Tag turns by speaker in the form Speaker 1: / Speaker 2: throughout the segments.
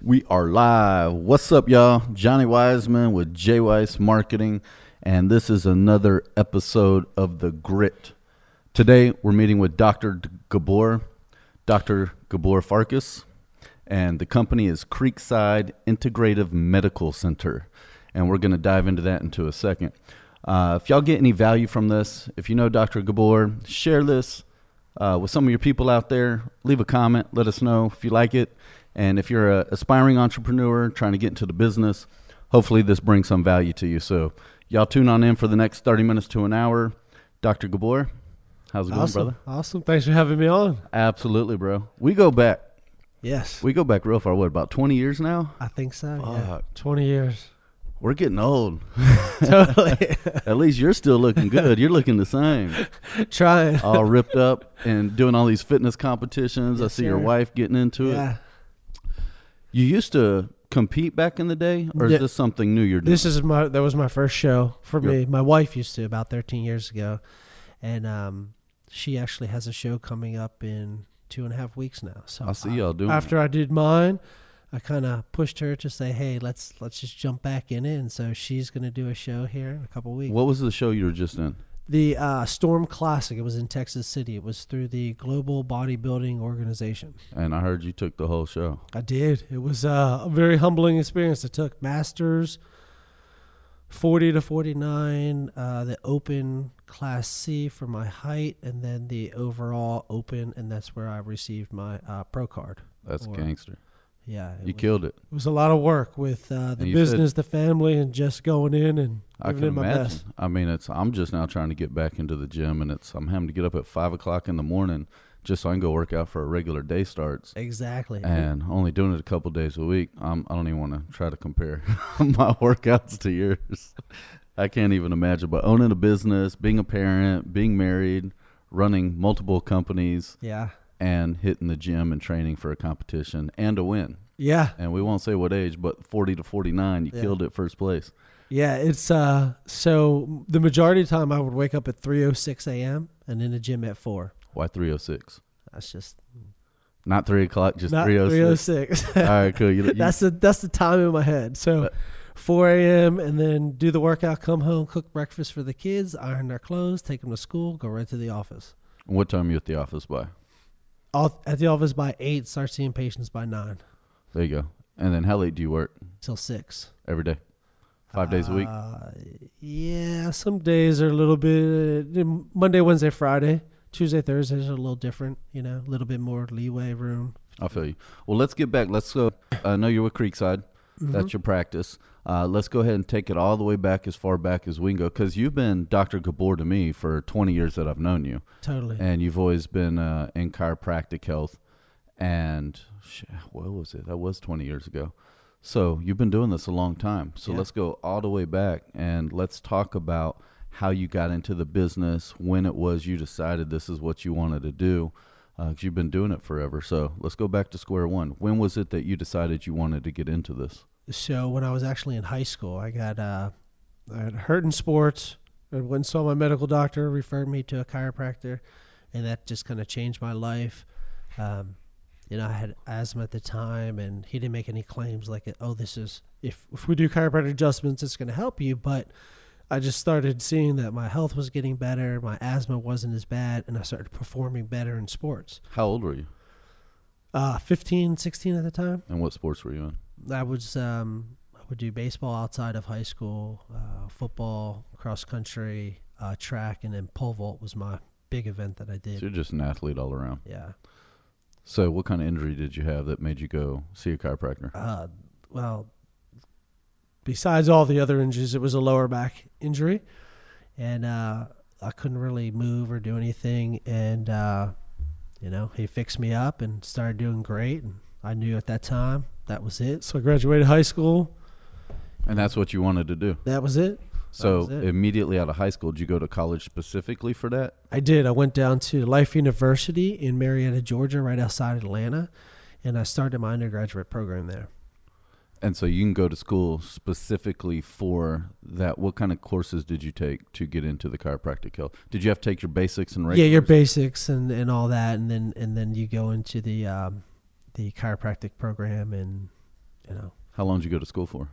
Speaker 1: We are live. What's up, y'all? Johnny Wiseman with J Wise Marketing, and this is another episode of The Grit. Today, we're meeting with Dr. Gabor, Dr. Gabor Farkas, and the company is Creekside Integrative Medical Center. And we're going to dive into that into a second. Uh, if y'all get any value from this, if you know Dr. Gabor, share this uh, with some of your people out there. Leave a comment. Let us know if you like it. And if you're an aspiring entrepreneur trying to get into the business, hopefully this brings some value to you. So, y'all tune on in for the next 30 minutes to an hour. Dr. Gabor, how's it going,
Speaker 2: awesome.
Speaker 1: brother?
Speaker 2: Awesome. Thanks for having me on.
Speaker 1: Absolutely, bro. We go back.
Speaker 2: Yes.
Speaker 1: We go back real far. What, about 20 years now?
Speaker 2: I think so. Yeah.
Speaker 1: Fuck.
Speaker 2: 20 years.
Speaker 1: We're getting old.
Speaker 2: totally.
Speaker 1: At least you're still looking good. You're looking the same.
Speaker 2: Trying.
Speaker 1: All ripped up and doing all these fitness competitions. I
Speaker 2: Yes,
Speaker 1: see your
Speaker 2: sir.
Speaker 1: wife getting into it.
Speaker 2: Yeah.
Speaker 1: You used to compete back in the day, or is
Speaker 2: Yeah.
Speaker 1: this something new you're doing?
Speaker 2: This is my that was my first show for
Speaker 1: Yep.
Speaker 2: me. My wife used to about 13 years ago, and um, she actually has a show coming up in two and a half weeks now. So
Speaker 1: I see y'all doing
Speaker 2: After I did mine, I kind of pushed her to say, "Hey, let's let's just jump back in it." And so she's gonna do a show here in a couple weeks.
Speaker 1: What was the show you were just in?
Speaker 2: The uh, Storm Classic. It was in Texas City. It was through the Global Bodybuilding Organization.
Speaker 1: And I heard you took the whole show.
Speaker 2: I did. It was uh, a very humbling experience. I took masters 40 to 49, uh, the open class C for my height, and then the overall open, and that's where I received my uh, pro card.
Speaker 1: That's
Speaker 2: Or-
Speaker 1: gangster.
Speaker 2: Yeah. It
Speaker 1: You
Speaker 2: was,
Speaker 1: killed it.
Speaker 2: it was a lot of work with uh,
Speaker 1: And
Speaker 2: the
Speaker 1: you said-
Speaker 2: business, the family, and just going in and
Speaker 1: I
Speaker 2: giving
Speaker 1: can
Speaker 2: it my
Speaker 1: imagine.
Speaker 2: best.
Speaker 1: I mean, it's I'm just now trying to get back into the gym, and it's I'm having to get up at five o'clock in the morning just so I can go work out for a regular day starts.
Speaker 2: Exactly.
Speaker 1: And only doing it a couple days a week. I'm, I don't even want to try to compare my workouts to yours. I can't even imagine. But owning a business, being a parent, being married, running multiple companies,
Speaker 2: yeah.
Speaker 1: and hitting the gym and training for a competition and a win.
Speaker 2: Yeah.
Speaker 1: And we won't say what age, but 40 to 49, you
Speaker 2: Yeah.
Speaker 1: killed it first place.
Speaker 2: Yeah, it's uh so the majority of the time I would wake up at 3:06 a.m. and in the gym at 4.
Speaker 1: Why 306?
Speaker 2: That's just
Speaker 1: Not 3 o'clock, just
Speaker 2: not
Speaker 1: 306.
Speaker 2: 306.
Speaker 1: All right, cool. You, Uh, you,
Speaker 2: that's the that's the time in my head. So, 4 a.m. and then do the workout, come home, cook breakfast for the kids, iron their clothes, take them to school, go right to the office.
Speaker 1: what time are you at the office by?
Speaker 2: All, at the office by eight, start seeing patients by nine
Speaker 1: There you go. And then how late do you work
Speaker 2: till six.
Speaker 1: every day? Five days a week?
Speaker 2: Uh, yeah, some days are a little bit uh, Monday, Wednesday, Friday, Tuesday, Thursdays are a little different. You know, a little bit more leeway room.
Speaker 1: I feel you. Well, let's get back. Let's go. I know you're with Creekside.
Speaker 2: Mm-hmm.
Speaker 1: That's your practice. Uh, let's go ahead and take it all the way back as far back as we can go because you've been Dr. Gabor to me for 20 years that I've known you.
Speaker 2: Totally.
Speaker 1: and you've always been uh, in chiropractic health. And sh- what was it? That was 20 years ago. So you've been doing this a long time. So
Speaker 2: Yeah.
Speaker 1: let's go all the way back and let's talk about how you got into the business, when it was you decided this is what you wanted to do, because you've been doing it forever. So let's go back to square one. When was it that you decided you wanted to get into this?
Speaker 2: so when I was actually in high school, I got uh, I had hurt in sports. I went and saw my medical doctor, referred me to a chiropractor, and that just kind of changed my life. Um, you know, I had asthma at the time, and he didn't make any claims like, "Oh, this is if if we do chiropractic adjustments, it's going to help you." But I just started seeing that my health was getting better, my asthma wasn't as bad, and I started performing better in sports.
Speaker 1: How old were you?
Speaker 2: Uh, 15, 16 at the time.
Speaker 1: And what sports were you in?
Speaker 2: I was um, I would do baseball outside of high school, uh, football, cross country, uh, track, and then pole vault was my big event that I
Speaker 1: So
Speaker 2: did.
Speaker 1: you're just an athlete all around.
Speaker 2: Yeah.
Speaker 1: So what kind of injury did you have that made you go see a chiropractor?
Speaker 2: Uh, well, besides all the other injuries, it was a lower back injury, and uh, I couldn't really move or do anything. And uh, you know, he fixed me up and started doing great. And I knew at that time that was it. So I graduated high school.
Speaker 1: And that's what you wanted to do.
Speaker 2: That was it.
Speaker 1: So
Speaker 2: was it.
Speaker 1: immediately out of high school, did you go to college specifically for that?
Speaker 2: I did. I went down to Life University in Marietta, Georgia, right outside Atlanta, and I started my undergraduate program there.
Speaker 1: And so you can go to school specifically for that. What kind of courses did you take to get into the chiropractic health? Did you have to take your basics and regulars?
Speaker 2: Yeah, your basics and, and all that, and then and then you go into the um, the chiropractic program and you know,
Speaker 1: How long did you go to school for?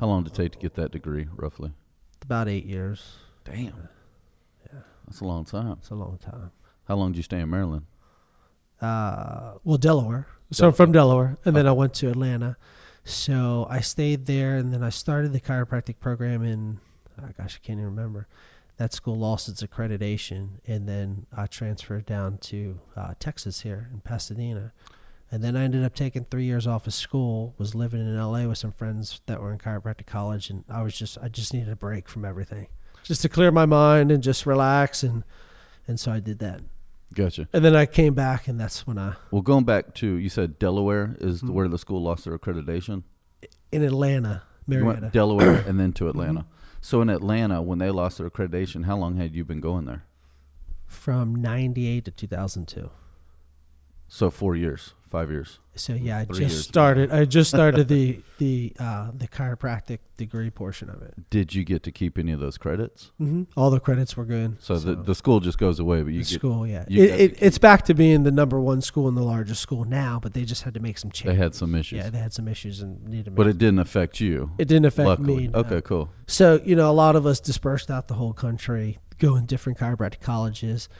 Speaker 1: How long did it take to get that degree, roughly?
Speaker 2: about eight years.
Speaker 1: Damn. That's a long time.
Speaker 2: It's a long time.
Speaker 1: How long did you stay in Maryland?
Speaker 2: uh, well, Delaware. So I'm from Delaware, and then I went to Atlanta. So I stayed there, and then I started the chiropractic program in, oh gosh, I can't even remember. That school lost its accreditation, and then I transferred down to uh, Texas here in Pasadena. And then I ended up taking three years off of school, was living in LA with some friends that were in chiropractic college, and I was just, I just needed a break from everything, just to clear my mind and just relax. And, and so I did that.
Speaker 1: Gotcha.
Speaker 2: And then I came back, and that's when I,
Speaker 1: Well, going back to you said Delaware is
Speaker 2: Mm-hmm.
Speaker 1: the where the school lost their accreditation.
Speaker 2: in Atlanta,
Speaker 1: You
Speaker 2: Marietta.
Speaker 1: went Delaware and then to Atlanta. So in Atlanta, when they lost their accreditation, how long had you been going there?
Speaker 2: from 98 to 2002.
Speaker 1: So four years, five years.
Speaker 2: So yeah, I
Speaker 1: Three years.
Speaker 2: just started I just started the the uh the chiropractic degree portion of it.
Speaker 1: Did you get to keep any of those credits?
Speaker 2: Mm-hmm. All the credits were good.
Speaker 1: So, the the school just goes away, but you
Speaker 2: the
Speaker 1: get
Speaker 2: school, yeah.
Speaker 1: you
Speaker 2: It,
Speaker 1: got to
Speaker 2: it, it's back to being the number one school and the largest school now, but they just had to make some
Speaker 1: they
Speaker 2: changes.
Speaker 1: had some issues,
Speaker 2: yeah, they had some issues and needed to make
Speaker 1: but it didn't affect you.
Speaker 2: it didn't affect
Speaker 1: luckily,
Speaker 2: me. no.
Speaker 1: okay, cool.
Speaker 2: So, you know, a lot of us dispersed out the whole country, going different chiropractic colleges.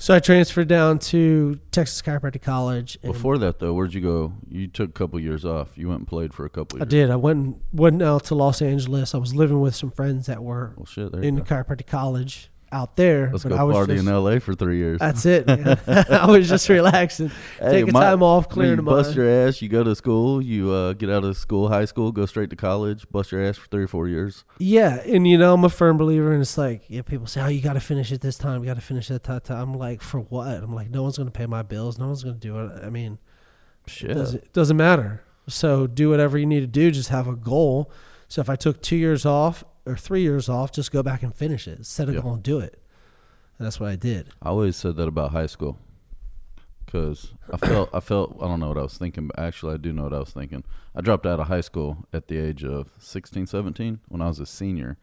Speaker 2: So I transferred down to Texas Chiropractic College and
Speaker 1: Before that, though, where'd you go? You took a couple years off. You went and played for a couple.
Speaker 2: I
Speaker 1: years.
Speaker 2: did. I went and went out to Los Angeles. I was living with some friends that were
Speaker 1: Well, shit. There you
Speaker 2: in
Speaker 1: go.
Speaker 2: chiropractic college out there.
Speaker 1: Let's
Speaker 2: but
Speaker 1: go
Speaker 2: I was
Speaker 1: party
Speaker 2: just,
Speaker 1: in L.A. for three years.
Speaker 2: That's it. man. I was just relaxing, taking
Speaker 1: my-
Speaker 2: time off,
Speaker 1: I mean,
Speaker 2: clearing
Speaker 1: you
Speaker 2: my
Speaker 1: bust
Speaker 2: mind.
Speaker 1: your ass. You go to school. You uh, get out of school, high school, go straight to college. Bust your ass for three or four years.
Speaker 2: yeah, and you know I'm a firm believer, and it's like yeah, people say, "Oh, you got to finish it this time. You got to finish it that time." I'm like, for what? I'm like, no one's gonna pay my bills. No one's gonna do it. I mean,
Speaker 1: Shit.
Speaker 2: doesn't doesn't matter. So do whatever you need to do. Just have a goal. So if I took two years off or three years off, just go back and finish it. Set a
Speaker 1: Yeah.
Speaker 2: goal and do it. And that's what I did.
Speaker 1: I always said that about high school, because I felt I felt I don't know what I was thinking, but actually I do know what I was thinking. I dropped out of high school at the age of 16, 17 when I was a senior.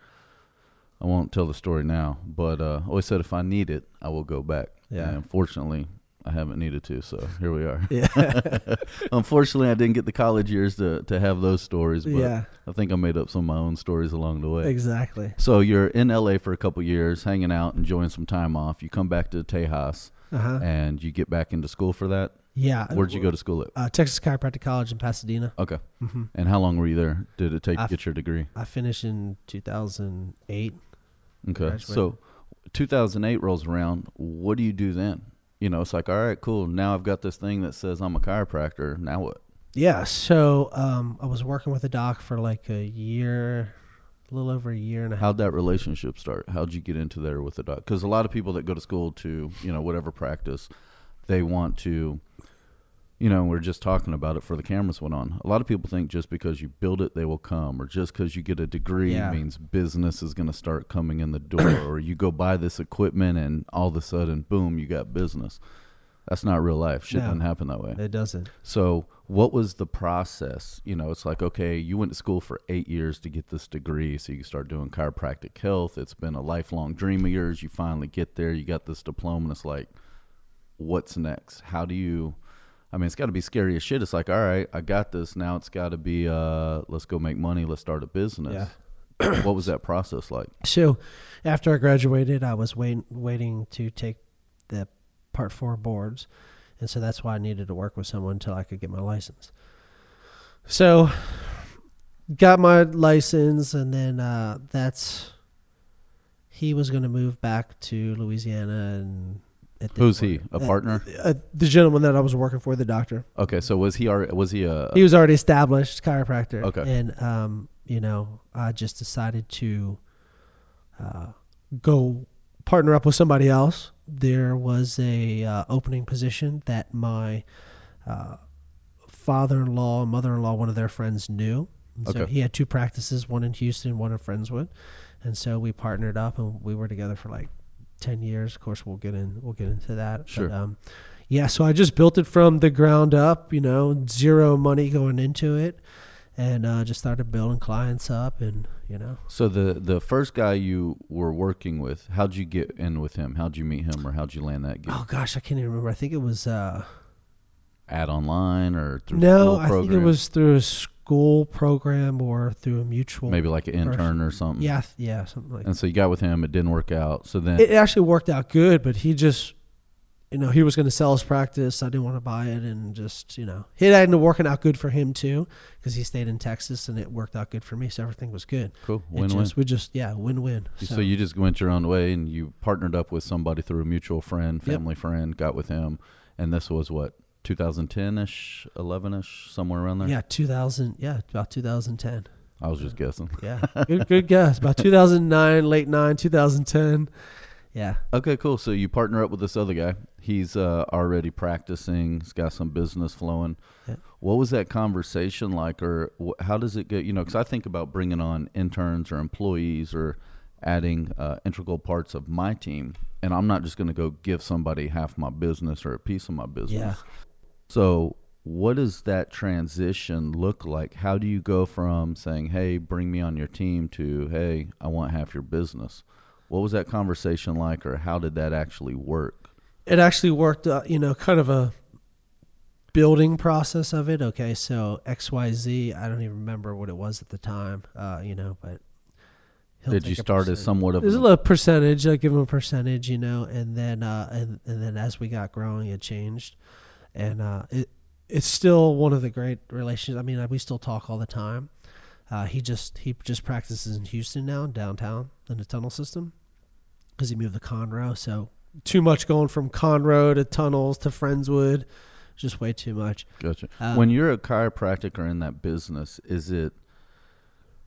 Speaker 1: I won't tell the story now, but uh, I always said if I need it, I will go back.
Speaker 2: Yeah.
Speaker 1: And unfortunately, I haven't needed to, so here we are.
Speaker 2: Yeah.
Speaker 1: unfortunately, I didn't get the college years to to have those stories, but
Speaker 2: yeah.
Speaker 1: I think I made up some of my own stories along the way.
Speaker 2: Exactly.
Speaker 1: So you're in LA for a couple years, hanging out, enjoying some time off. You come back to Tejas
Speaker 2: Uh huh.
Speaker 1: and you get back into school for that.
Speaker 2: Yeah.
Speaker 1: Where'd you go to school at?
Speaker 2: Uh, Texas Chiropractic College in Pasadena.
Speaker 1: Okay.
Speaker 2: Mm-hmm.
Speaker 1: And how long were you there? Did it take
Speaker 2: I
Speaker 1: to
Speaker 2: f-
Speaker 1: get your degree?
Speaker 2: I finished in 2008.
Speaker 1: Okay.
Speaker 2: graduated.
Speaker 1: So 2008 rolls around. What do you do then? You know, it's like, all right, cool. Now I've got this thing that says I'm a chiropractor. Now what?
Speaker 2: Yeah. So um, I was working with a doc for like a year, a little over a year and a half.
Speaker 1: How'd that relationship start? How'd you get into there with the doc? Because a lot of people that go to school to, you know, whatever practice, they want to, you know, we're just talking about it for the cameras went on. A lot of people think just because you build it, they will come, or just because you get a degree
Speaker 2: Yeah.
Speaker 1: means business is going to start coming in the door, or you go buy this equipment and all of a sudden, boom, you got business. That's not real life. Shit
Speaker 2: No.
Speaker 1: doesn't happen that way.
Speaker 2: It doesn't.
Speaker 1: So, what was the process? You know, it's like, okay, you went to school for eight years to get this degree, so you can start doing chiropractic health. It's been a lifelong dream of yours. You finally get there, you got this diploma, and it's like, what's next? How do you? I mean, it's got to be scary as shit. It's like, all right, I got this. Now it's got to be, uh, let's go make money, let's start a business. what was that process like?
Speaker 2: So after I graduated, I was waiting waiting to take the part four boards, and so that's why I needed to work with someone until I could get my license. So got my license, and then uh, that's he was going to move back to Louisiana, and it didn't
Speaker 1: Who's he?
Speaker 2: work.
Speaker 1: A
Speaker 2: Uh,
Speaker 1: partner?
Speaker 2: Uh, the gentleman that I was working for, the doctor
Speaker 1: Okay, so was he? alre- Was he a?
Speaker 2: he was already established chiropractor.
Speaker 1: Okay.
Speaker 2: And um, you know, I just decided to uh, go partner up with somebody else. There was a uh, opening position that my uh, father-in-law, and mother-in-law, one of their friends knew. And So
Speaker 1: Okay.
Speaker 2: he had two practices, one in Houston, one in Friendswood, and so we partnered up, and we were together for like ten years. Of course, we'll get in, we'll get into that.
Speaker 1: Sure.
Speaker 2: But, um, yeah, so I just built it from the ground up, you know, zero money going into it, and uh, just started building clients up, and you know,
Speaker 1: So the the first guy you were working with, how'd you get in with him? How'd you meet him, or how'd you land that gig?
Speaker 2: oh gosh, I can't even remember. I think it was uh,
Speaker 1: ad online or through
Speaker 2: No,
Speaker 1: school
Speaker 2: I think it
Speaker 1: programs?
Speaker 2: was through a school program or through a mutual.
Speaker 1: maybe like an intern or something.
Speaker 2: Yeah, th- yeah, something like
Speaker 1: And so you got with him. It didn't work out. So then
Speaker 2: It actually worked out good, but he just, you know, he was going to sell his practice. I didn't want to buy it, and just, you know, it ended up working out good for him too because he stayed in Texas, and it worked out good for me. So everything was good.
Speaker 1: cool,
Speaker 2: It
Speaker 1: win win.
Speaker 2: just- We just, yeah, win-win.
Speaker 1: So you just went your own way and you partnered up with somebody through a mutual friend,
Speaker 2: Yep.
Speaker 1: family friend, got with him, and this was what 2010 ish, 11 ish, somewhere around there.
Speaker 2: yeah, 2000, yeah, about 2010.
Speaker 1: I was just guessing.
Speaker 2: Yeah, good, good guess. About 2009, late nine, 2010. Yeah,
Speaker 1: Okay, cool. So you partner up with this other guy. He's uh, already practicing. He's got some business flowing.
Speaker 2: Yeah.
Speaker 1: What was that conversation like, or wh- how does it go? You know, because I think about bringing on interns or employees or adding uh, integral parts of my team, and I'm not just going to go give somebody half my business or a piece of my business.
Speaker 2: yeah.
Speaker 1: So, what does that transition look like? How do you go from saying, "Hey, bring me on your team," to "Hey, I want half your business"? What was that conversation like, or how did that actually work?
Speaker 2: it actually worked uh, you know kind of a building process of it okay so xyz i don't even remember what it was at the time uh, you know but he'll
Speaker 1: did
Speaker 2: take
Speaker 1: you
Speaker 2: a
Speaker 1: start as
Speaker 2: percentage.
Speaker 1: somewhat of
Speaker 2: there's a
Speaker 1: an-
Speaker 2: little percentage i give him a percentage you know and then uh, and, and then as we got growing it changed and uh, it it's still one of the great relations i mean we still talk all the time uh, he just he just practices in houston now downtown in the tunnel system because he moved to Conroe. So too much going from Conroe to tunnels to Friendswood, just way too much.
Speaker 1: Gotcha.
Speaker 2: Um,
Speaker 1: when you're a chiropractic or in that business, is it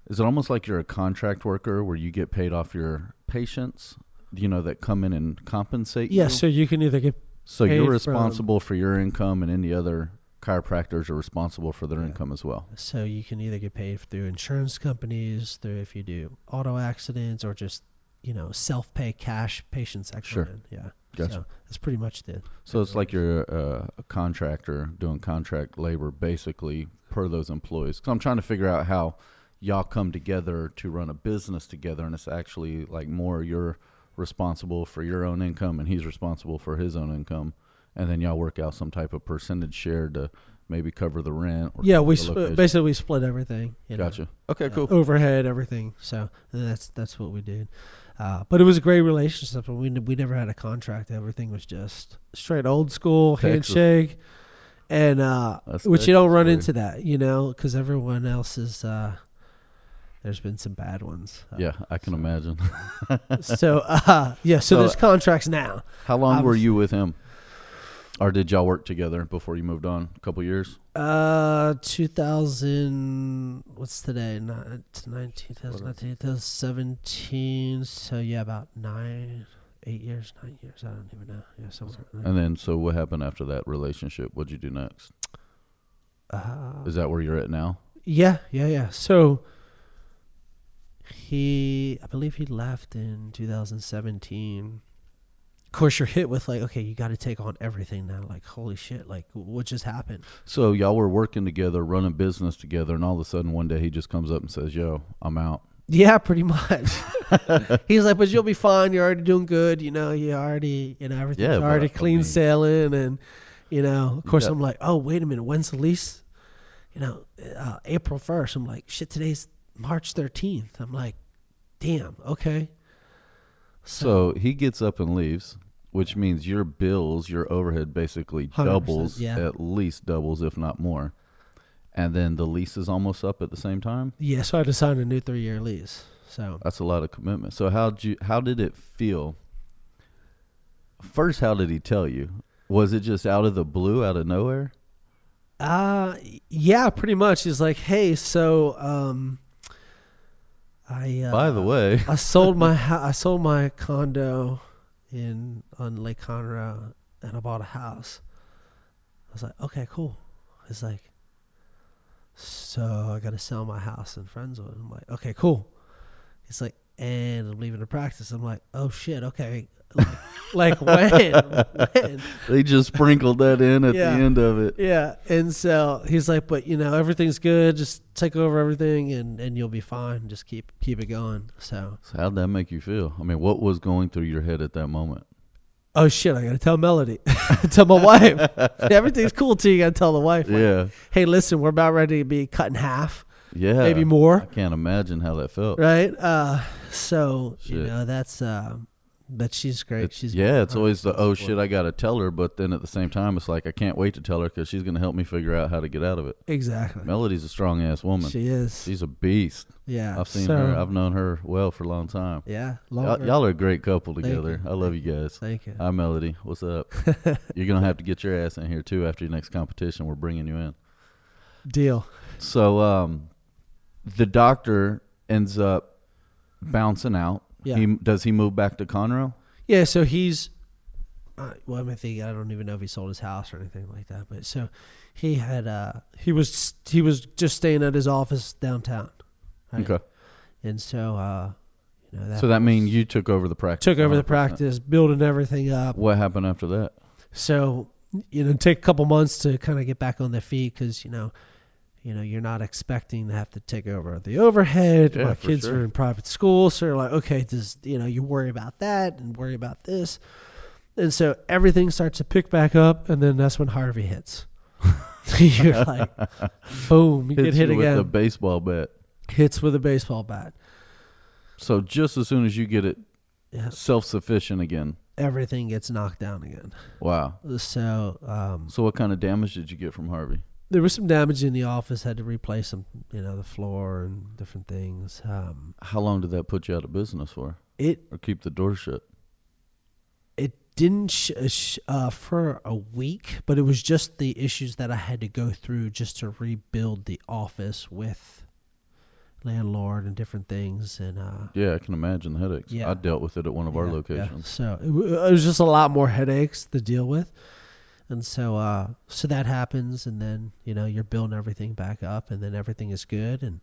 Speaker 1: is it almost like you're a contract worker where you get paid off your patients, you know, that come in and compensate
Speaker 2: Yeah,
Speaker 1: you?
Speaker 2: so you can either get
Speaker 1: So
Speaker 2: paid
Speaker 1: you're
Speaker 2: from-
Speaker 1: responsible for your income, and any other chiropractors are responsible for their
Speaker 2: Yeah.
Speaker 1: income as well.
Speaker 2: so you can either get paid through insurance companies, through if you do auto accidents, or just you know self pay cash patients actually.
Speaker 1: Sure.
Speaker 2: Yeah.
Speaker 1: Gotcha.
Speaker 2: So that's pretty much the
Speaker 1: So it's like you're uh, a contractor doing contract labor, basically per those employees. Because I'm trying to figure out how y'all come together to run a business together, and it's actually like more you're responsible for your own income, and he's responsible for his own income, and then y'all work out some type of percentage share to maybe cover the rent. Or
Speaker 2: yeah we
Speaker 1: the
Speaker 2: sp-
Speaker 1: location.
Speaker 2: basically we split everything. you know.
Speaker 1: gotcha. Okay,
Speaker 2: uh,
Speaker 1: cool.
Speaker 2: overhead, everything. So and that's that's what we did. Uh, but it was a great relationship, and we n- we never had a contract. Everything was just straight old school
Speaker 1: Texas.
Speaker 2: handshake, and uh,
Speaker 1: That's
Speaker 2: which you don't
Speaker 1: Texas
Speaker 2: run
Speaker 1: for you.
Speaker 2: into that, you know, because everyone else is. Uh, there's been some bad ones. Uh,
Speaker 1: Yeah, I can imagine.
Speaker 2: so uh, yeah, so,
Speaker 1: So-
Speaker 2: there's contracts now.
Speaker 1: How long were
Speaker 2: Obviously-
Speaker 1: you with him? Or did y'all work together before you moved on? A couple years?
Speaker 2: Uh, 2000. What's today? Nine, 19, 2019, 2017. So yeah, about nine, eight years, nine years. I don't even know. Yeah, somewhere. in there.
Speaker 1: And then, so what happened after that relationship? What'd you do next?
Speaker 2: Uh,
Speaker 1: Is that where you're at now?
Speaker 2: yeah, yeah, yeah. So he, I believe he left in 2017. Of course, you're hit with like, okay, you got to take on everything now. Like, holy shit! Like, what just happened?
Speaker 1: So y'all were working together, running business together, and all of a sudden one day he just comes up and says, "Yo, I'm out."
Speaker 2: Yeah, pretty much. He's like, but you'll be fine. You're already doing good. You know, you already, you know, everything's
Speaker 1: Yeah, but
Speaker 2: already
Speaker 1: I
Speaker 2: clean
Speaker 1: mean-
Speaker 2: sailing. And, you know, of course,
Speaker 1: got-
Speaker 2: I'm like, oh, wait a minute. When's the lease? You know, uh, April 1st. I'm like, shit, today's March 13th. I'm like, damn, okay.
Speaker 1: So he gets up and leaves, which means your bills, your overhead, basically
Speaker 2: 100%,
Speaker 1: doubles,
Speaker 2: yeah.
Speaker 1: at least doubles, if not more. And then the lease is almost up at the same time.
Speaker 2: yeah, so I had to sign a new three year lease. So,
Speaker 1: That's a lot of commitment. So how you how did it feel? First, how did he tell you? Was it just out of the blue, out of nowhere?
Speaker 2: Uh yeah, pretty much. He's like, "Hey, so um I uh,
Speaker 1: By the way,
Speaker 2: I sold my ho- I sold my condo in on Lake Conroe and I bought a house. I was like, okay, cool. It's like, so I got to sell my house in Friendswood. I'm like, okay, cool. He's like, and I'm leaving the practice. I'm like, oh shit, okay. Like, like when? when?
Speaker 1: they just sprinkled that in at
Speaker 2: Yeah.
Speaker 1: the end of it.
Speaker 2: Yeah, and so he's like, but you know, everything's good. Just take over everything, and and you'll be fine. Just keep keep it going. So
Speaker 1: So how'd that make you feel? I mean, what was going through your head at that moment?
Speaker 2: oh shit, I gotta tell Melody, tell my wife. Everything's cool till you gotta tell the wife. like,
Speaker 1: Yeah.
Speaker 2: hey, listen, we're about ready to be cut in half,
Speaker 1: Yeah.
Speaker 2: maybe more.
Speaker 1: I can't imagine how that felt.
Speaker 2: right? Uh, so you
Speaker 1: Shit.
Speaker 2: know that's, uh, but she's great.
Speaker 1: It's-
Speaker 2: she's
Speaker 1: yeah, it's always the oh shit, I gotta tell her, but then at the same time, it's like I can't wait to tell her because she's gonna help me figure out how to get out of it.
Speaker 2: exactly.
Speaker 1: Melody's a strong ass woman.
Speaker 2: She is.
Speaker 1: She's a beast.
Speaker 2: yeah,
Speaker 1: I've seen
Speaker 2: so-
Speaker 1: her. I've known her well for a long time.
Speaker 2: yeah,
Speaker 1: Y'all,
Speaker 2: longer.
Speaker 1: y'all are a great couple
Speaker 2: Thank
Speaker 1: together.
Speaker 2: you.
Speaker 1: I love you guys.
Speaker 2: Thank you.
Speaker 1: Hi, Melody. What's up? You're gonna have to get your ass in here too after your next competition. We're bringing you in.
Speaker 2: Deal.
Speaker 1: So um, the doctor ends up bouncing out.
Speaker 2: Yeah.
Speaker 1: He does he move back to Conroe?
Speaker 2: Yeah, so he's. Uh, well, I'm thinking. I don't even know if he sold his house or anything like that. But so he had. Uh, he was he was just staying at his office downtown. right?
Speaker 1: Okay.
Speaker 2: And so, uh, you know, that
Speaker 1: so that means you took over the practice.
Speaker 2: took over the
Speaker 1: 100%.
Speaker 2: practice, building everything up.
Speaker 1: What happened after that?
Speaker 2: So, you know, take a couple months to kind of get back on their feet because you know, you know, you're not expecting to have to take over the overhead.
Speaker 1: Yeah,
Speaker 2: My
Speaker 1: for
Speaker 2: kids
Speaker 1: sure.
Speaker 2: are in private school, so you're like, okay, does you know, you worry about that and worry about this, and so everything starts to pick back up, and then that's when Harvey hits. you're like, boom, you get
Speaker 1: Hits
Speaker 2: hit
Speaker 1: you with the
Speaker 2: again.
Speaker 1: baseball bat.
Speaker 2: hits with a baseball bat.
Speaker 1: So just as soon as you get it
Speaker 2: Yeah,
Speaker 1: self sufficient again.
Speaker 2: everything gets knocked down again.
Speaker 1: Wow.
Speaker 2: So um,
Speaker 1: So what kind of damage did you get from Harvey?
Speaker 2: there was some damage in the office. Had to replace some, you know, the floor and different things. Um,
Speaker 1: How long did that put you out of business for?
Speaker 2: it
Speaker 1: Or keep the door shut?
Speaker 2: it didn't sh- sh- uh, for a week, but it was just the issues that I had to go through just to rebuild the office with landlord and different things and uh,
Speaker 1: Yeah, I can imagine the headaches.
Speaker 2: Yeah.
Speaker 1: I dealt with it at one of our
Speaker 2: Yeah, yeah.
Speaker 1: locations.
Speaker 2: So it, w- it was just a lot more headaches to deal with, and so uh, so that happens, and then you know you're building everything back up, and then everything is good. And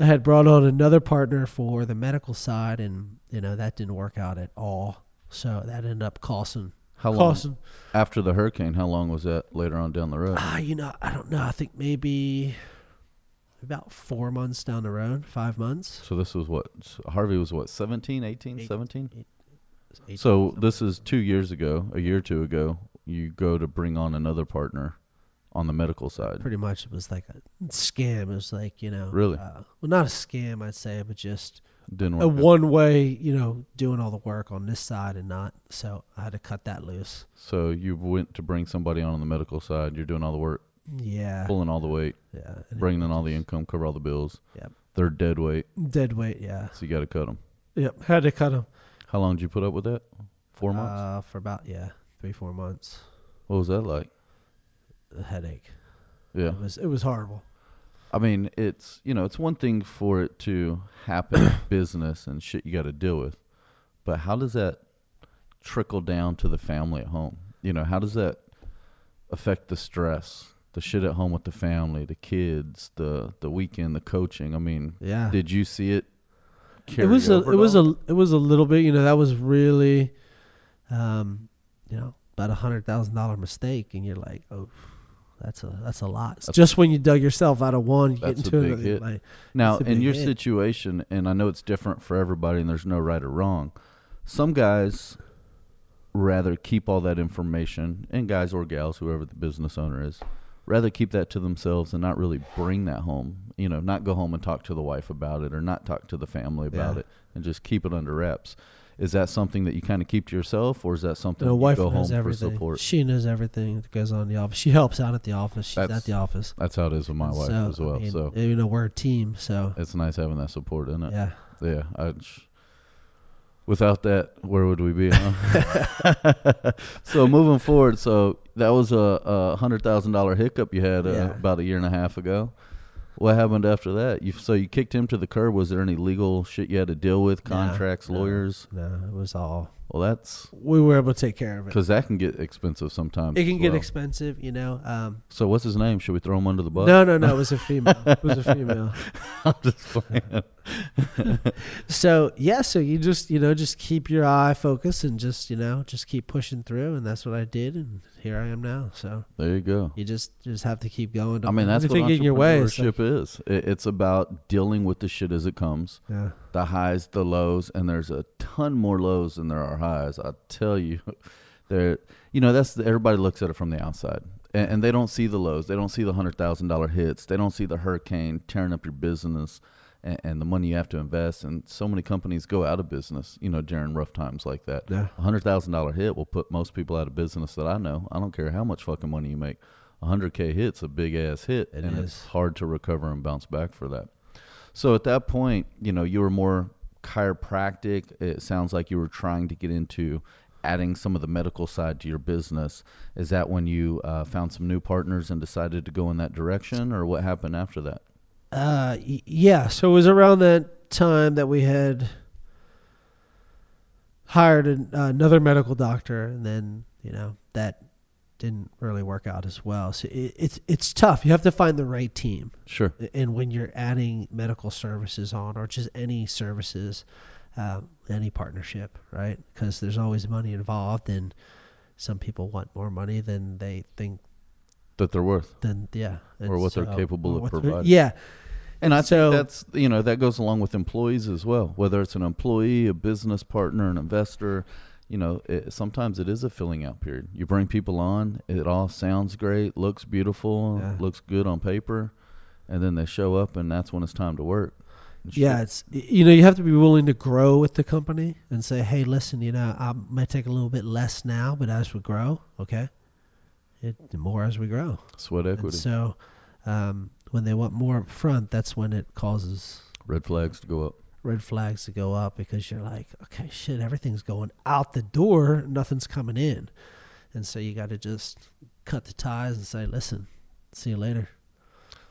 Speaker 2: I had brought on another partner for the medical side, and you know that didn't work out at all. So that ended up costing
Speaker 1: How long
Speaker 2: costing.
Speaker 1: after the hurricane? How long was that later on down the road?
Speaker 2: Ah, you know I don't know. I think maybe about four months down the road, five months.
Speaker 1: So this was what so Harvey was what 17, 18,
Speaker 2: Eight-
Speaker 1: 17?
Speaker 2: eight-
Speaker 1: So this is 2 years ago, a year or two ago, you go to bring on another partner on the medical side.
Speaker 2: pretty much it was like a scam. It was like you know,
Speaker 1: Really?
Speaker 2: uh, well, not a scam, I'd say, but just
Speaker 1: Didn't work.
Speaker 2: a
Speaker 1: out.
Speaker 2: one way, you know, doing all the work on this side and not. So I had to cut that loose.
Speaker 1: So you went to bring somebody on on the medical side. You're doing all the work,
Speaker 2: Yeah,
Speaker 1: pulling all the weight,
Speaker 2: yeah, and it-
Speaker 1: bringing in all the income, cover all the bills.
Speaker 2: Yep.
Speaker 1: They're dead weight,
Speaker 2: dead weight. Yeah,
Speaker 1: so you got to cut them.
Speaker 2: yep, had to cut them
Speaker 1: How long did you put up with that? Four months.
Speaker 2: uh, for about yeah three four months.
Speaker 1: what was that like?
Speaker 2: A headache.
Speaker 1: Yeah.
Speaker 2: It was it was horrible.
Speaker 1: I mean, it's you know, it's one thing for it to happen in business and shit you got to deal with, but how does that trickle down to the family at home? You know, how does that affect the stress, the shit at home with the family, the kids, the the weekend, the coaching? I mean,
Speaker 2: Yeah,
Speaker 1: did you see it?
Speaker 2: it
Speaker 1: carry
Speaker 2: was a
Speaker 1: over
Speaker 2: it was
Speaker 1: though?
Speaker 2: a it was a little bit. You know, that was really, um, you know, about a hundred thousand dollar mistake, and you're like, oh. That's a that's a lot.
Speaker 1: That's-
Speaker 2: Just when you dug yourself out of one, you get
Speaker 1: That's a
Speaker 2: into
Speaker 1: big
Speaker 2: another.
Speaker 1: hit.
Speaker 2: Like,
Speaker 1: Now,
Speaker 2: It's a
Speaker 1: in
Speaker 2: big
Speaker 1: your
Speaker 2: hit.
Speaker 1: situation, and I know it's different for everybody, and there's no right or wrong. Some guys rather keep all that information, and guys or gals, whoever the business owner is, rather keep that to themselves and not really bring that home. You know, not go home and talk to the wife about it, or not talk to the family about
Speaker 2: Yeah.
Speaker 1: it, and just keep it under wraps. Is that something that you kind of keep to yourself, or is that something
Speaker 2: The
Speaker 1: you
Speaker 2: wife
Speaker 1: go
Speaker 2: knows
Speaker 1: home
Speaker 2: everything.
Speaker 1: for support?
Speaker 2: She knows everything that goes on in the office. She helps out at the office. She's
Speaker 1: That's
Speaker 2: at the office.
Speaker 1: That's how it is with my
Speaker 2: And
Speaker 1: wife
Speaker 2: so,
Speaker 1: as well.
Speaker 2: I mean,
Speaker 1: so
Speaker 2: you know we're a team. So
Speaker 1: it's nice having that support, isn't it?
Speaker 2: yeah,
Speaker 1: Yeah, I. j- Without that, where would we be? Huh? so moving forward, so that was a, a hundred thousand dollar hiccup you had uh,
Speaker 2: Yeah.
Speaker 1: about a year and a half ago. What happened after that? You so you kicked him to the curb. Was there any legal shit you had to deal with?
Speaker 2: Nah,
Speaker 1: Contracts,
Speaker 2: no.
Speaker 1: lawyers.
Speaker 2: no, it was all
Speaker 1: Well, that's
Speaker 2: we were able to take care of it.
Speaker 1: because that can get expensive sometimes.
Speaker 2: It can
Speaker 1: as
Speaker 2: get
Speaker 1: well.
Speaker 2: expensive, you know. Um,
Speaker 1: so what's his name? Should we throw him under the bus?
Speaker 2: no, no, no. It was a female. it was a female.
Speaker 1: I'm just playing.
Speaker 2: So yeah, so you just you know just keep your eye focused and just you know just keep pushing through, and that's what I did, and here I am now. So
Speaker 1: There you go.
Speaker 2: you just just have to keep going.
Speaker 1: I
Speaker 2: Don't
Speaker 1: mean,
Speaker 2: let
Speaker 1: that's what entrepreneurship
Speaker 2: anything get in your way. It's like-
Speaker 1: is. It, it's about dealing with the shit as it comes.
Speaker 2: yeah.
Speaker 1: the highs, the lows, and there's a ton more lows than there are highs. I tell you, They're, you know, that's the, everybody looks at it from the outside, and, and they don't see the lows. They don't see the hundred thousand dollar hits. They don't see the hurricane tearing up your business and, and the money you have to invest. And so many companies go out of business, you know, during rough times like that.
Speaker 2: Yeah.
Speaker 1: A hundred thousand dollar hit will put most people out of business that I know. I don't care how much fucking money you make. A hundred k hit's a big ass hit,
Speaker 2: It
Speaker 1: and
Speaker 2: is.
Speaker 1: it's hard to recover and bounce back for that. So at that point, you know, you were more chiropractic. It sounds like you were trying to get into adding some of the medical side to your business. Is that when you uh, found some new partners and decided to go in that direction, or what happened after that?
Speaker 2: Uh, y- yeah. So it was around that time that we had hired an, another medical doctor, and then you know that didn't really work out as well. So it, it's it's tough. You have to find the right team.
Speaker 1: Sure.
Speaker 2: and when you're adding medical services on or just any services um, any partnership right because there's always money involved and some people want more money than they think
Speaker 1: That they're worth.
Speaker 2: than yeah
Speaker 1: Or
Speaker 2: and
Speaker 1: what they're capable
Speaker 2: or
Speaker 1: of
Speaker 2: what they're-
Speaker 1: providing.
Speaker 2: yeah
Speaker 1: And I
Speaker 2: So-
Speaker 1: think that's you know that goes along with employees as well. Whether it's an employee, a business partner, an investor, you know, it, sometimes it is a filling out period. You bring people on, it all sounds great, looks beautiful,
Speaker 2: Yeah.
Speaker 1: looks good on paper, and then they show up, and that's when it's time to work. And shit.
Speaker 2: yeah it's y- you know you have to be willing to grow with the company and say hey listen you know i might take a little bit less now but as we grow okay it the more as we grow
Speaker 1: sweat
Speaker 2: and
Speaker 1: equity,
Speaker 2: so um, when they want more up front that's when it causes
Speaker 1: red flags to go up.
Speaker 2: red flags to go up because you're like, okay, shit, everything's going out the door, nothing's coming in. And so you got to just cut the ties and say, listen, see you later.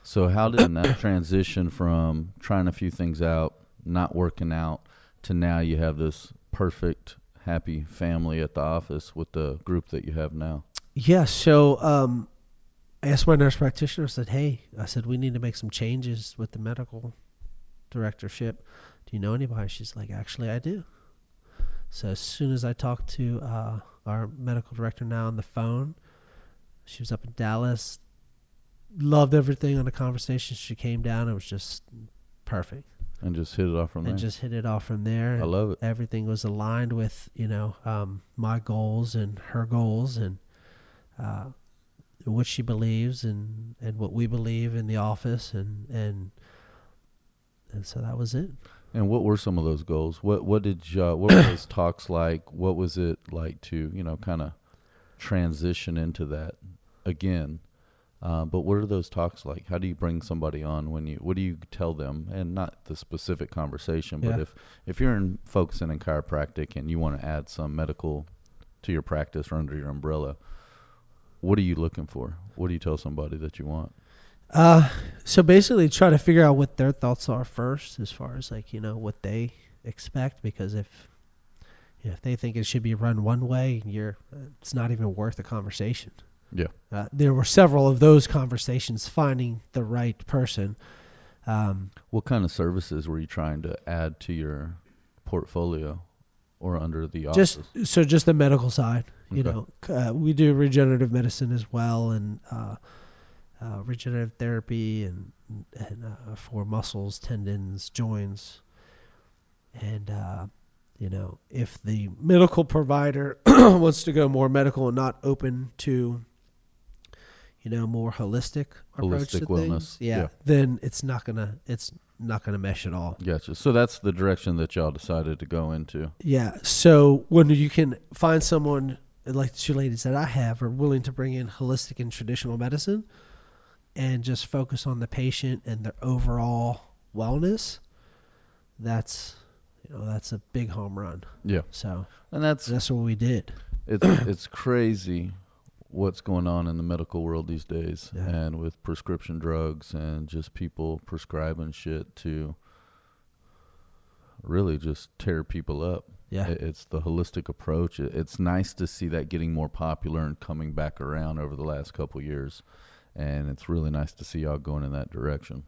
Speaker 1: So how did that transition from trying a few things out, not working out, to now you have this perfect, happy family at the office with the group that you have now?
Speaker 2: Yeah. So um, I asked my nurse practitioner, I said, hey, I said, we need to make some changes with the medical directorship. Do you know anybody? She's like, actually, I do. So as soon as I talked to uh, our medical director now on the phone, she was up in Dallas, loved everything on the conversation. She came down, it was just perfect.
Speaker 1: and just hit it off from
Speaker 2: and
Speaker 1: there.
Speaker 2: just hit it off from there.
Speaker 1: Oh, I love it.
Speaker 2: everything was aligned with you know um, my goals and her goals and uh, what she believes and and what we believe in the office and and and so that was it.
Speaker 1: And what were some of those goals? What what did you, uh, what were those talks like? What was it like to you know kind of transition into that again? Uh, but what are those talks like? How do you bring somebody on when you? What do you tell them? And not the specific conversation, but
Speaker 2: Yeah.
Speaker 1: if if you're in focusing in chiropractic and you want to add some medical to your practice or under your umbrella, what are you looking for? What do you tell somebody that you want?
Speaker 2: Uh, so basically, try to figure out what their thoughts are first, as far as like you know what they expect. Because if you know, if they think it should be run one way, you're it's not even worth a conversation.
Speaker 1: Yeah.
Speaker 2: Uh, there were several of those conversations finding the right person. Um,
Speaker 1: What kind of services were you trying to add to your portfolio or under the office?
Speaker 2: just so just the medical side you
Speaker 1: Okay.
Speaker 2: know c- uh, we do regenerative medicine as well and uh, uh, regenerative therapy and and uh, for muscles tendons joints and uh, you know if the medical provider wants to go more medical and not open to you know more holistic approach to
Speaker 1: Holistic wellness,
Speaker 2: things, yeah,
Speaker 1: yeah.
Speaker 2: then it's not gonna it's not gonna mesh at all
Speaker 1: Gotcha. So that's the direction that y'all decided to go into.
Speaker 2: yeah. So when you can find someone like the two ladies that I have are willing to bring in holistic and traditional medicine and just focus on the patient and their overall wellness, that's you know, that's a big home run.
Speaker 1: Yeah.
Speaker 2: So
Speaker 1: And that's
Speaker 2: that's what we did.
Speaker 1: it's it's crazy what's going on in the medical world these days
Speaker 2: Yeah.
Speaker 1: and with prescription drugs and just people prescribing shit to really just tear people up.
Speaker 2: Yeah.
Speaker 1: It- It's the holistic approach. It- It's nice to see that getting more popular and coming back around over the last couple years. And it's really nice to see y'all going in that direction.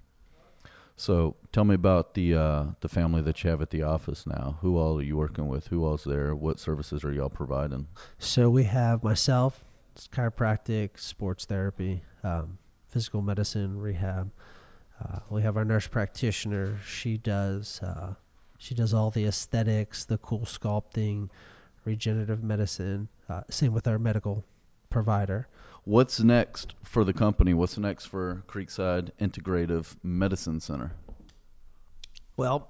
Speaker 1: So tell me about the uh, the family that you have at the office now. Who all are you working with? Who all's there? What services are y'all providing?
Speaker 2: So we have myself, it's chiropractic, sports therapy, um, physical medicine, rehab. Uh, we have our nurse practitioner. She does uh, she does all the aesthetics, the cool sculpting, regenerative medicine. Uh, same with our medical provider.
Speaker 1: What's next for the company? What's next for Creekside Integrative Medicine Center?
Speaker 2: Well,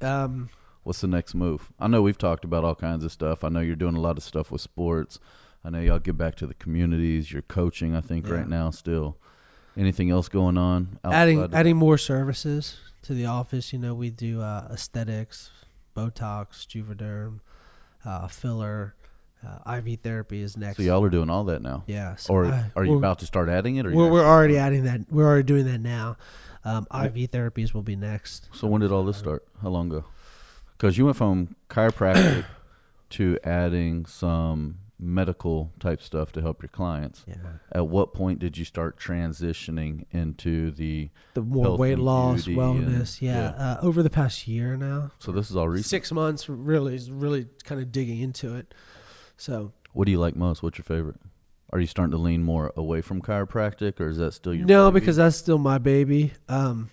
Speaker 2: um,
Speaker 1: What's the next move? I know we've talked about all kinds of stuff. I know you're doing a lot of stuff with sports. I know y'all get back to the communities. You're coaching, I think,
Speaker 2: Yeah.
Speaker 1: right now still. Anything else going on? outside
Speaker 2: adding
Speaker 1: of-
Speaker 2: adding more services to the office. You know, we do uh, aesthetics, Botox, Juvederm, uh, filler, uh, IV therapy is next.
Speaker 1: so y'all are doing all that now,
Speaker 2: yeah. so
Speaker 1: or
Speaker 2: I-
Speaker 1: are you
Speaker 2: we're-
Speaker 1: about to start adding it? Or
Speaker 2: We're,
Speaker 1: you-
Speaker 2: we're already adding that. We're already doing that now. Um, IV therapies will be next.
Speaker 1: so when did all this start? How long ago? Because you went from chiropractic to adding some medical type stuff to help your clients.
Speaker 2: Yeah.
Speaker 1: At what point did you start transitioning into the?
Speaker 2: The more
Speaker 1: Health
Speaker 2: weight
Speaker 1: and
Speaker 2: loss,
Speaker 1: beauty and-
Speaker 2: wellness. yeah.
Speaker 1: yeah.
Speaker 2: Uh, over the past year now,
Speaker 1: So this is all recent.
Speaker 2: six months really is really kind of digging into it. So
Speaker 1: What do you like most? What's your favorite? Are you starting to lean more away from chiropractic, or is that still your?
Speaker 2: no,
Speaker 1: baby?
Speaker 2: because that's still my baby. Um,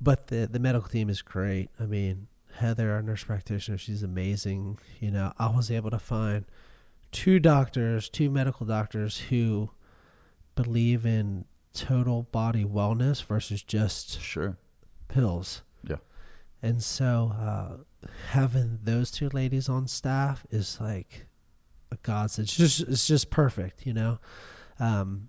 Speaker 2: but the the medical team is great. I mean, Heather, our nurse practitioner, she's amazing. You know, I was able to find two doctors, two medical doctors who believe in total body wellness versus just
Speaker 1: sure,
Speaker 2: pills.
Speaker 1: Yeah.
Speaker 2: And so uh, having those two ladies on staff is like a godsend. It's just it's just perfect, you know. Um,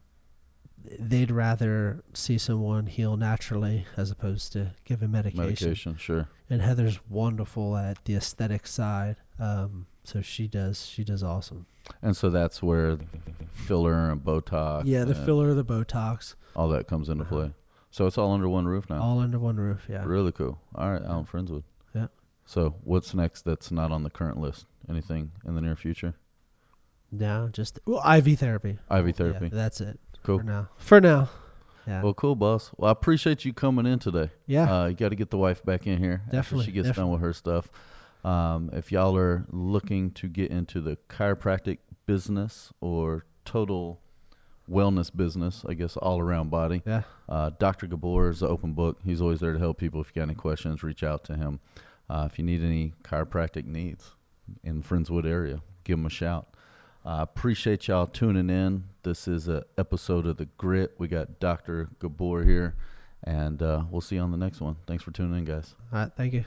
Speaker 2: they'd rather see someone heal naturally as opposed to giving medication.
Speaker 1: medication, sure.
Speaker 2: And Heather's wonderful at the aesthetic side. Um, so she does she does awesome.
Speaker 1: And so that's where the filler and Botox,
Speaker 2: yeah, the
Speaker 1: and
Speaker 2: filler, the Botox,
Speaker 1: all that comes into
Speaker 2: Uh-huh.
Speaker 1: play. So it's all under one roof now.
Speaker 2: all under one roof. Oh, Yeah.
Speaker 1: Really cool. All right, Alan Friendswood.
Speaker 2: Yeah.
Speaker 1: So what's next that's not on the current list? Anything in the near future?
Speaker 2: Now just well, IV therapy.
Speaker 1: IV
Speaker 2: Oh, Yeah,
Speaker 1: therapy.
Speaker 2: that's it
Speaker 1: cool.
Speaker 2: for now. For now. Yeah.
Speaker 1: Well, cool, boss. Well, I appreciate you coming in today.
Speaker 2: yeah.
Speaker 1: Uh, you got to get the wife back in here after
Speaker 2: Definitely,
Speaker 1: she gets done
Speaker 2: definitely.
Speaker 1: with her stuff. Um, if y'all are looking to get into the chiropractic business or total wellness business, I guess all around body,
Speaker 2: Yeah.
Speaker 1: uh, Dr. Gabor is an open book. He's always there to help people. If you got any questions, reach out to him. Uh, if you need any chiropractic needs in Friendswood area, give him a shout. I appreciate y'all tuning in. This is a episode of The Grit. We got Dr. Gabor here, and uh, we'll see you on the next one. Thanks for tuning in, guys.
Speaker 2: All right. Thank you.